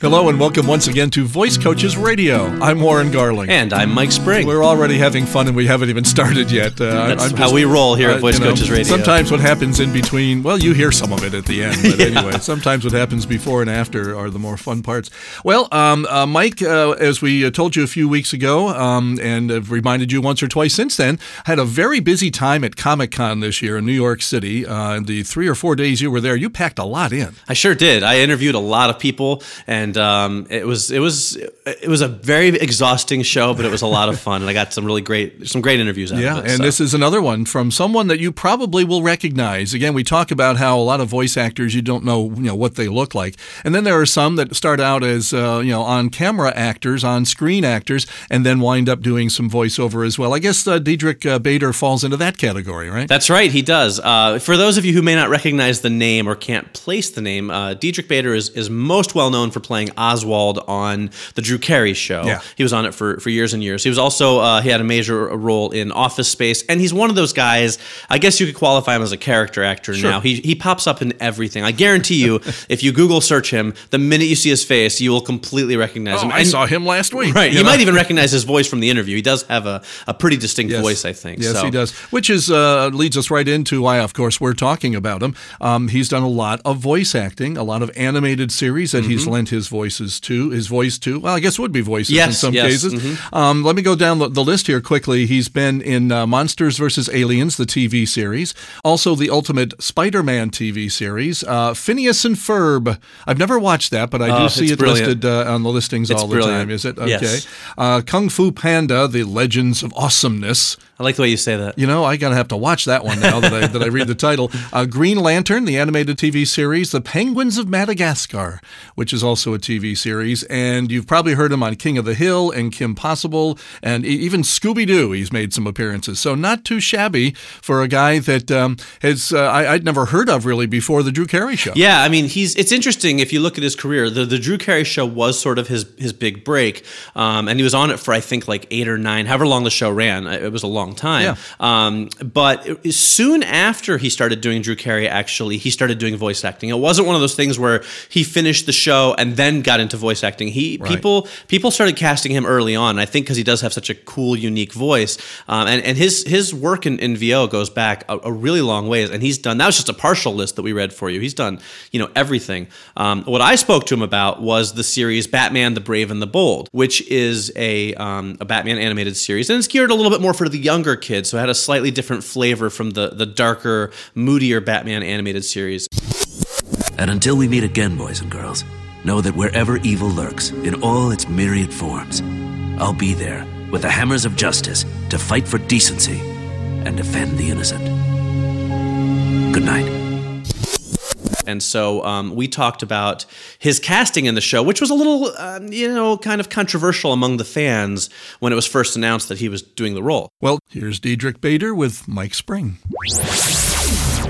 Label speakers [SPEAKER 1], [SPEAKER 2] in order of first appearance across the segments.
[SPEAKER 1] Hello and welcome once again to Voice Coaches Radio. I'm Warren Garling.
[SPEAKER 2] And I'm Mike Spring.
[SPEAKER 1] We're already having fun and we haven't even started yet. Uh,
[SPEAKER 2] That's
[SPEAKER 1] I'm uh,
[SPEAKER 2] how we roll here at Voice
[SPEAKER 1] you know,
[SPEAKER 2] Coaches Radio.
[SPEAKER 1] Sometimes what happens in between, well, you hear some of it at the end, but anyway, sometimes what happens before and after are the more fun parts. Well, um, uh, Mike, uh, as we uh, told you a few weeks ago um, and have reminded you once or twice since then, had a very busy time at Comic Con this year in New York City. Uh, and the three or four days you were there, you packed a lot in.
[SPEAKER 2] I sure did. I interviewed a lot of people, and um, it was it was it was a very exhausting show, but it was a lot of fun, and I got some really great some great interviews out
[SPEAKER 1] Yeah,
[SPEAKER 2] of it.
[SPEAKER 1] and
[SPEAKER 2] so.
[SPEAKER 1] this is another one from someone that you probably will recognize. Again, we talk about how a lot of voice actors you don't know, you know, what they look like, and then there are some that start out as uh, you know on-camera actors, on-screen actors, and then wind up doing some voiceover as well. I guess uh, Diedrich uh, Bader falls into that category, right?
[SPEAKER 2] That's right, he does. Uh, for those of you who may not recognize the name or can't place the name, uh, Diedrich Bader is, is most well known for playing Oswald on The Drew Carey Show.
[SPEAKER 1] Yeah.
[SPEAKER 2] He was on it for, for years and years. He was also, uh, he had a major role in Office Space, and he's one of those guys, I guess you could qualify him as a character actor now. He, he pops up in everything. I guarantee you, if you Google search him, the minute you see his face, you will completely recognize
[SPEAKER 1] Oh,
[SPEAKER 2] him.
[SPEAKER 1] I
[SPEAKER 2] And-
[SPEAKER 1] saw him last week.
[SPEAKER 2] Right, you,
[SPEAKER 1] know?
[SPEAKER 2] might even recognize his voice from the interview. He does have a, a pretty distinct
[SPEAKER 1] Yes.
[SPEAKER 2] voice, I think.
[SPEAKER 1] Yes,
[SPEAKER 2] so.
[SPEAKER 1] he does. Which is uh, leads us right into why, of course, we're talking about him. Um, he's done a lot of voice acting, a lot of animated series that
[SPEAKER 2] Mm-hmm.
[SPEAKER 1] he's lent his voices to. His voice to, well, I guess it would be voices in
[SPEAKER 2] Yes,
[SPEAKER 1] some
[SPEAKER 2] yes, mm-hmm.
[SPEAKER 1] cases. Um, let me go down the, the list here quickly. He's been in uh, Monsters vs. Aliens, the TV series, also the Ultimate Spider-Man TV series, uh, Phineas and Ferb. I've never watched that, but I do
[SPEAKER 2] Oh,
[SPEAKER 1] see
[SPEAKER 2] it's
[SPEAKER 1] it
[SPEAKER 2] brilliant.
[SPEAKER 1] listed uh, on the listings all the
[SPEAKER 2] brilliant.
[SPEAKER 1] time. Is it okay?
[SPEAKER 2] Yes.
[SPEAKER 1] Uh, Kung Fu Panda: The Legends of Awesomeness.
[SPEAKER 2] I like the way you say that.
[SPEAKER 1] You know, I gotta have to watch that one now that I that I read the title. Uh, Green Lantern, the animated TV series, The Penguins of Madagascar, which is also a TV series, and you've probably heard him on King of the Hill and Kim Possible, and e- even Scooby Doo. He's made some appearances, so not too shabby for a guy that um, has uh, I, I'd never heard of really before the Drew Carey show.
[SPEAKER 2] Yeah, I mean, he's. It's interesting if you look at his career. The the Drew Carey show was sort of his his big break, um, and he was on it for I think like eight or nine, however long the show ran. Uh, It was a long time. Um, but it- soon after he started doing Drew Carey, actually, he started doing voice acting. It wasn't one of those things where he finished the show and then got into voice acting. He
[SPEAKER 1] Right.
[SPEAKER 2] people people started casting him early on. I think because he does have such a cool, unique voice, um, and and his his work in, in VO goes back a, a really long ways. And he's done that was just a partial list that we read for you. He's done you know everything. Um, what I spoke to him about was the series Batman: The Brave and the Bold, which is a um, a Batman animated series, and it's geared a little bit more for the younger kids, so it had a slightly different flavor from the the darker, moodier Batman animated series.
[SPEAKER 3] And until we meet again, boys and girls, know that wherever evil lurks, in all its myriad forms, I'll be there with the hammers of justice to fight for decency and defend the innocent. Good night.
[SPEAKER 2] And so um, we talked about his casting in the show, which was a little, um, you know, kind of controversial among the fans when it was first announced that he was doing the role.
[SPEAKER 1] Well, here's Diedrich Bader with Mike Spring.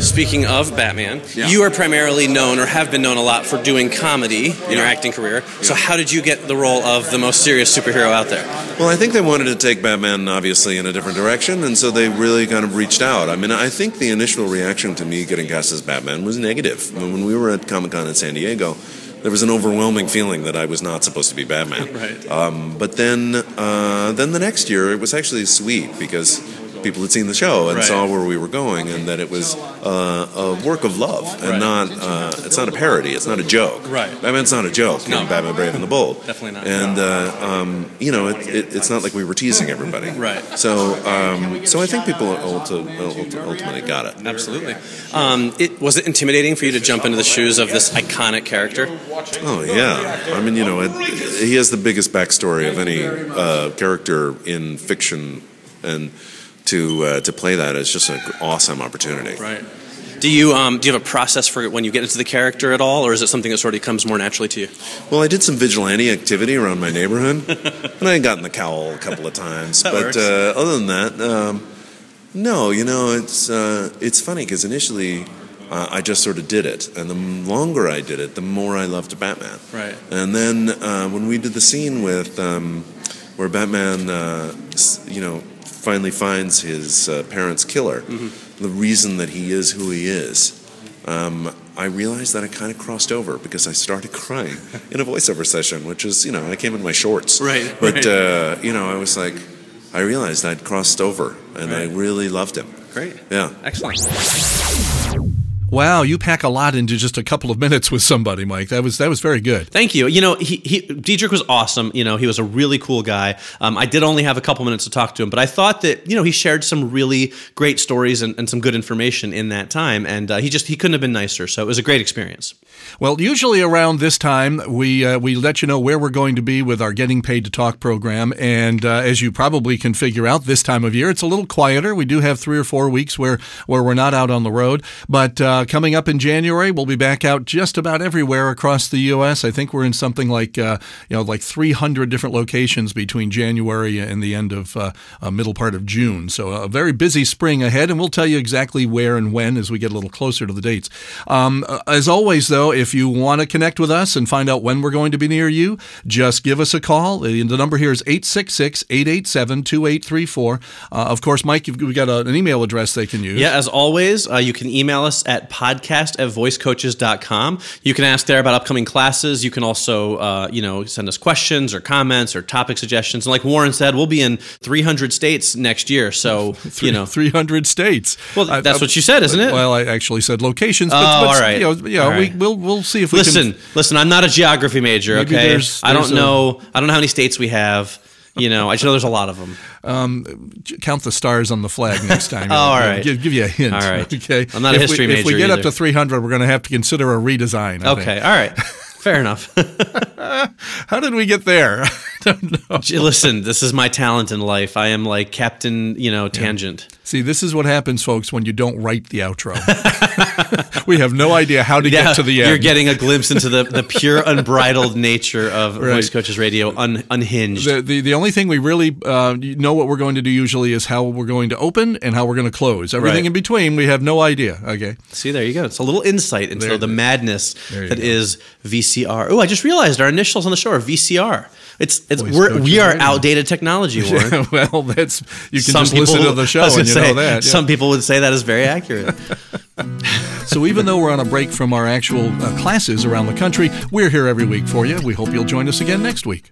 [SPEAKER 2] Speaking of Batman, you are primarily known or have been known a lot for doing comedy in your acting career. So how did you get the role of the most serious superhero out there?
[SPEAKER 4] Well, I think they wanted to take Batman, obviously, in a different direction, and so they really kind of reached out. I mean, I think the initial reaction to me getting cast as Batman was negative. I mean, when we were at Comic Con in San Diego, there was an overwhelming feeling that I was not supposed to be Batman.
[SPEAKER 2] Right.
[SPEAKER 4] Um, but then, uh, then the next year, it was actually sweet because people had seen the show and
[SPEAKER 2] Right.
[SPEAKER 4] saw where we were going, and that it was uh, a work of love and
[SPEAKER 2] Right.
[SPEAKER 4] not uh, it's not a parody, it's not a joke.
[SPEAKER 2] Right.
[SPEAKER 4] Batman's not a joke.
[SPEAKER 2] No.
[SPEAKER 4] in Batman Brave and the Bold.
[SPEAKER 2] Definitely not.
[SPEAKER 4] And uh, um, you know, it, it, it's not like we were teasing everybody.
[SPEAKER 2] Right.
[SPEAKER 4] So, um, so I think people ulti- ulti- ultimately got it.
[SPEAKER 2] Absolutely. Um, it was it intimidating for you to jump into the shoes of this iconic character?
[SPEAKER 4] Oh yeah. I mean, you know, it, he has the biggest backstory of any uh, character in fiction, and to uh, to play that is just an awesome opportunity.
[SPEAKER 2] Right. Do you um, do you have a process for when you get into the character at all, or is it something that sort of comes more naturally to you?
[SPEAKER 4] Well, I did some vigilante activity around my neighborhood, and I had gotten the cowl a couple of times.
[SPEAKER 2] That
[SPEAKER 4] but
[SPEAKER 2] works.
[SPEAKER 4] uh, other than that, um, no, you know, it's uh, it's funny because initially uh, I just sort of did it, and the longer I did it, the more I loved Batman.
[SPEAKER 2] Right.
[SPEAKER 4] And then uh, when we did the scene with um, where Batman, uh, s- you know,
[SPEAKER 2] Mm-hmm.
[SPEAKER 4] finally finds his uh, parents' killer, the reason that he is who he is um, I realized that I kind of crossed over because I started crying in a voiceover session, which is, you know, I came in my shorts.
[SPEAKER 2] Right,
[SPEAKER 4] But,
[SPEAKER 2] right.
[SPEAKER 4] Uh, you know, I was like, I realized I'd crossed over and I
[SPEAKER 2] Right.
[SPEAKER 4] really loved him.
[SPEAKER 2] Great.
[SPEAKER 4] Yeah.
[SPEAKER 2] Excellent.
[SPEAKER 1] Wow, you pack a lot into just a couple of minutes with somebody, Mike. That was that was very good.
[SPEAKER 2] Thank you. You know, he, he Diedrich was awesome. You know, he was a really cool guy. Um, I did only have a couple minutes to talk to him, but I thought that you know he shared some really great stories and, and some good information in that time, and uh, he just he couldn't have been nicer. So it was a great experience.
[SPEAKER 1] Well, usually around this time, we uh, we let you know where we're going to be with our Getting Paid to Talk program. And uh, as you probably can figure out, this time of year, it's a little quieter. We do have three or four weeks where, where we're not out on the road. But uh, coming up in January, we'll be back out just about everywhere across the U.S. I think we're in something like uh, you know like 300 different locations between January and the end of uh, uh, middle part of June. So uh, a very busy spring ahead, and we'll tell you exactly where and when as we get a little closer to the dates. Um, uh, as always, though, if you want to connect with us and find out when we're going to be near you, just give us a call. Uh, The the number here is 866 887 2834. Uh, Of course, Mike, you've, we've got a- an email address they can use.
[SPEAKER 2] Yeah, as always, uh, you can email us at podcast at voicecoaches.com. You can ask there about upcoming classes. You can also, uh, you know, send us questions or comments or topic suggestions. And like Warren said, we'll be in 300 states next year. So, you know,
[SPEAKER 1] 300 states.
[SPEAKER 2] Well,
[SPEAKER 1] I-
[SPEAKER 2] that's
[SPEAKER 1] I-
[SPEAKER 2] what you said, isn't it?
[SPEAKER 1] Well, I actually said locations. But,
[SPEAKER 2] Oh,
[SPEAKER 1] but
[SPEAKER 2] all right.
[SPEAKER 1] You know, yeah,
[SPEAKER 2] All
[SPEAKER 1] we,
[SPEAKER 2] right.
[SPEAKER 1] We'll, we'll see if we can.
[SPEAKER 2] listen, listen, I'm not a geography major,
[SPEAKER 1] Maybe
[SPEAKER 2] okay?
[SPEAKER 1] there's-
[SPEAKER 2] I
[SPEAKER 1] there's
[SPEAKER 2] don't
[SPEAKER 1] a-
[SPEAKER 2] know. I don't know how many states we have. You know, I just know there's a lot of them.
[SPEAKER 1] count the stars on the flag next time.
[SPEAKER 2] Oh, All
[SPEAKER 1] It'll
[SPEAKER 2] right.
[SPEAKER 1] Give, give you a hint.
[SPEAKER 2] All right.
[SPEAKER 1] Okay.
[SPEAKER 2] I'm not a
[SPEAKER 1] if
[SPEAKER 2] history
[SPEAKER 1] we, If we
[SPEAKER 2] major
[SPEAKER 1] get up
[SPEAKER 2] either.
[SPEAKER 1] to 300, we're going to have to consider a redesign. I think.
[SPEAKER 2] Okay, all right. Fair enough.
[SPEAKER 1] How did we get there? I don't know.
[SPEAKER 2] Listen, this is my talent in life. I am like Captain, you know, Tangent.
[SPEAKER 1] See, this is what happens, folks, when you don't write the outro. we have no idea how to get to the end.
[SPEAKER 2] You're getting a glimpse into the, the pure, unbridled nature of Voice Coaches Radio, un, unhinged.
[SPEAKER 1] the, the, the only thing we really uh, know what we're going to do usually is how we're going to open and how we're going to close. Everything
[SPEAKER 2] Right.
[SPEAKER 1] in between, we have no idea. Okay.
[SPEAKER 2] See, there you go. It's a little insight into
[SPEAKER 1] There-
[SPEAKER 2] the madness
[SPEAKER 1] you
[SPEAKER 2] that
[SPEAKER 1] go.
[SPEAKER 2] is VCR. Oh, I just realized our initials on the show are VCR. It's it's
[SPEAKER 1] Voice
[SPEAKER 2] we're,
[SPEAKER 1] Coaches
[SPEAKER 2] we are
[SPEAKER 1] Radio.
[SPEAKER 2] outdated technology, Warren.
[SPEAKER 1] well, that's you can
[SPEAKER 2] some
[SPEAKER 1] just
[SPEAKER 2] people,
[SPEAKER 1] listen to the show
[SPEAKER 2] I was
[SPEAKER 1] and
[SPEAKER 2] gonna
[SPEAKER 1] you
[SPEAKER 2] say,
[SPEAKER 1] know that. yeah.
[SPEAKER 2] Some people would say that is very accurate.
[SPEAKER 1] So even though we're on a break from our actual uh, classes around the country, we're here every week for you. We hope you'll join us again next week.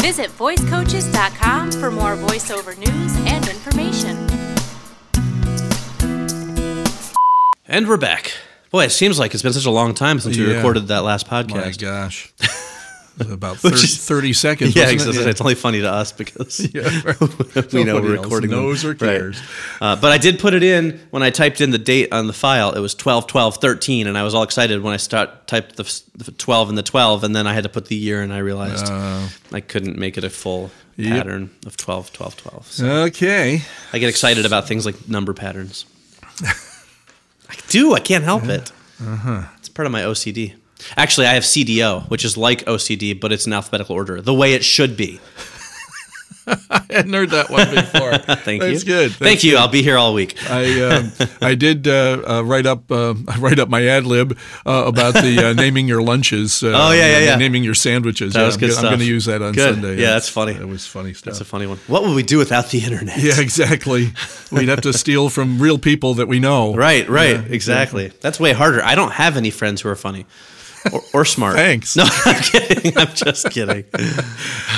[SPEAKER 5] Visit voicecoaches.com for more voiceover news and information.
[SPEAKER 2] and we're back. Boy, it seems like it's been such a long time since we
[SPEAKER 1] Yeah.
[SPEAKER 2] recorded that last
[SPEAKER 1] My
[SPEAKER 2] podcast.
[SPEAKER 1] gosh. About 30,
[SPEAKER 2] is-
[SPEAKER 1] 30 seconds.
[SPEAKER 2] Yeah,
[SPEAKER 1] wasn't
[SPEAKER 2] exactly.
[SPEAKER 1] it?
[SPEAKER 2] It's only funny to us because uh,
[SPEAKER 1] right.
[SPEAKER 2] we know
[SPEAKER 1] Nobody
[SPEAKER 2] we're
[SPEAKER 1] else
[SPEAKER 2] recording. them.
[SPEAKER 1] knows or
[SPEAKER 2] Right.
[SPEAKER 1] cares.
[SPEAKER 2] Uh, but I did put it in when I typed in the date on the file. It was 12, 12, 13, and I was all excited when I start typed the, f- the 12 and the 12, and then I had to put the year, and I realized I couldn't make it a full
[SPEAKER 1] Oh. Yep.
[SPEAKER 2] pattern of 12, 12, 12. So
[SPEAKER 1] Okay.
[SPEAKER 2] I get excited about things like number patterns. I do. I can't help it. It's part of my OCD. Actually, I have CDO, which is like OCD, but it's in alphabetical order, the way it should be.
[SPEAKER 1] I hadn't heard that one before.
[SPEAKER 2] Thank you.
[SPEAKER 1] That's good.
[SPEAKER 2] Thank you. I'll be here all week.
[SPEAKER 1] I um, I did uh, uh, write up uh, I write up my ad lib uh, about the uh, naming your lunches. Uh,
[SPEAKER 2] Oh, yeah, yeah,
[SPEAKER 1] and
[SPEAKER 2] yeah.
[SPEAKER 1] Naming your sandwiches.
[SPEAKER 2] That
[SPEAKER 1] yeah,
[SPEAKER 2] was
[SPEAKER 1] I'm
[SPEAKER 2] good
[SPEAKER 1] gonna- I'm
[SPEAKER 2] stuff.
[SPEAKER 1] going to use that on
[SPEAKER 2] Good.
[SPEAKER 1] Sunday.
[SPEAKER 2] Yeah, that's funny.
[SPEAKER 1] That was funny stuff.
[SPEAKER 2] That's a funny one. What would we do without the internet?
[SPEAKER 1] yeah, exactly. We'd have to steal from real people that we know.
[SPEAKER 2] Right, right, exactly. That's way harder. I don't have any friends who are funny or, or smart.
[SPEAKER 1] Thanks.
[SPEAKER 2] No, I'm kidding. I'm just kidding.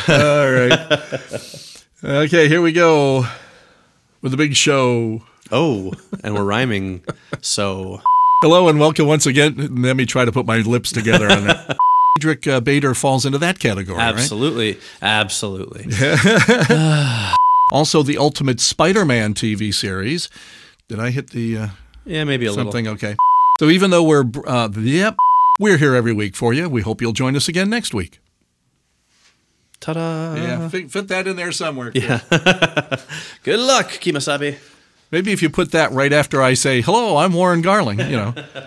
[SPEAKER 1] All right. Okay, here we go with the big show.
[SPEAKER 2] Oh, and we're rhyming. So
[SPEAKER 1] Hello and welcome once again. Let me try to put my lips together on that. Diedrich uh, Bader falls into that category, right?
[SPEAKER 2] absolutely, absolutely.
[SPEAKER 1] Also, the Ultimate Spider-Man TV series. Did I hit the uh,
[SPEAKER 2] Yeah, maybe a
[SPEAKER 1] something?
[SPEAKER 2] little.
[SPEAKER 1] Okay. So even though we're uh, yep, we're here every week for you. We hope you'll join us again next week.
[SPEAKER 2] Ta-da!
[SPEAKER 1] yeah, fit, fit that in there somewhere.
[SPEAKER 2] Good luck, Kimasabi.
[SPEAKER 1] Maybe if you put that right after I say hello, I'm Warren Garling. You know.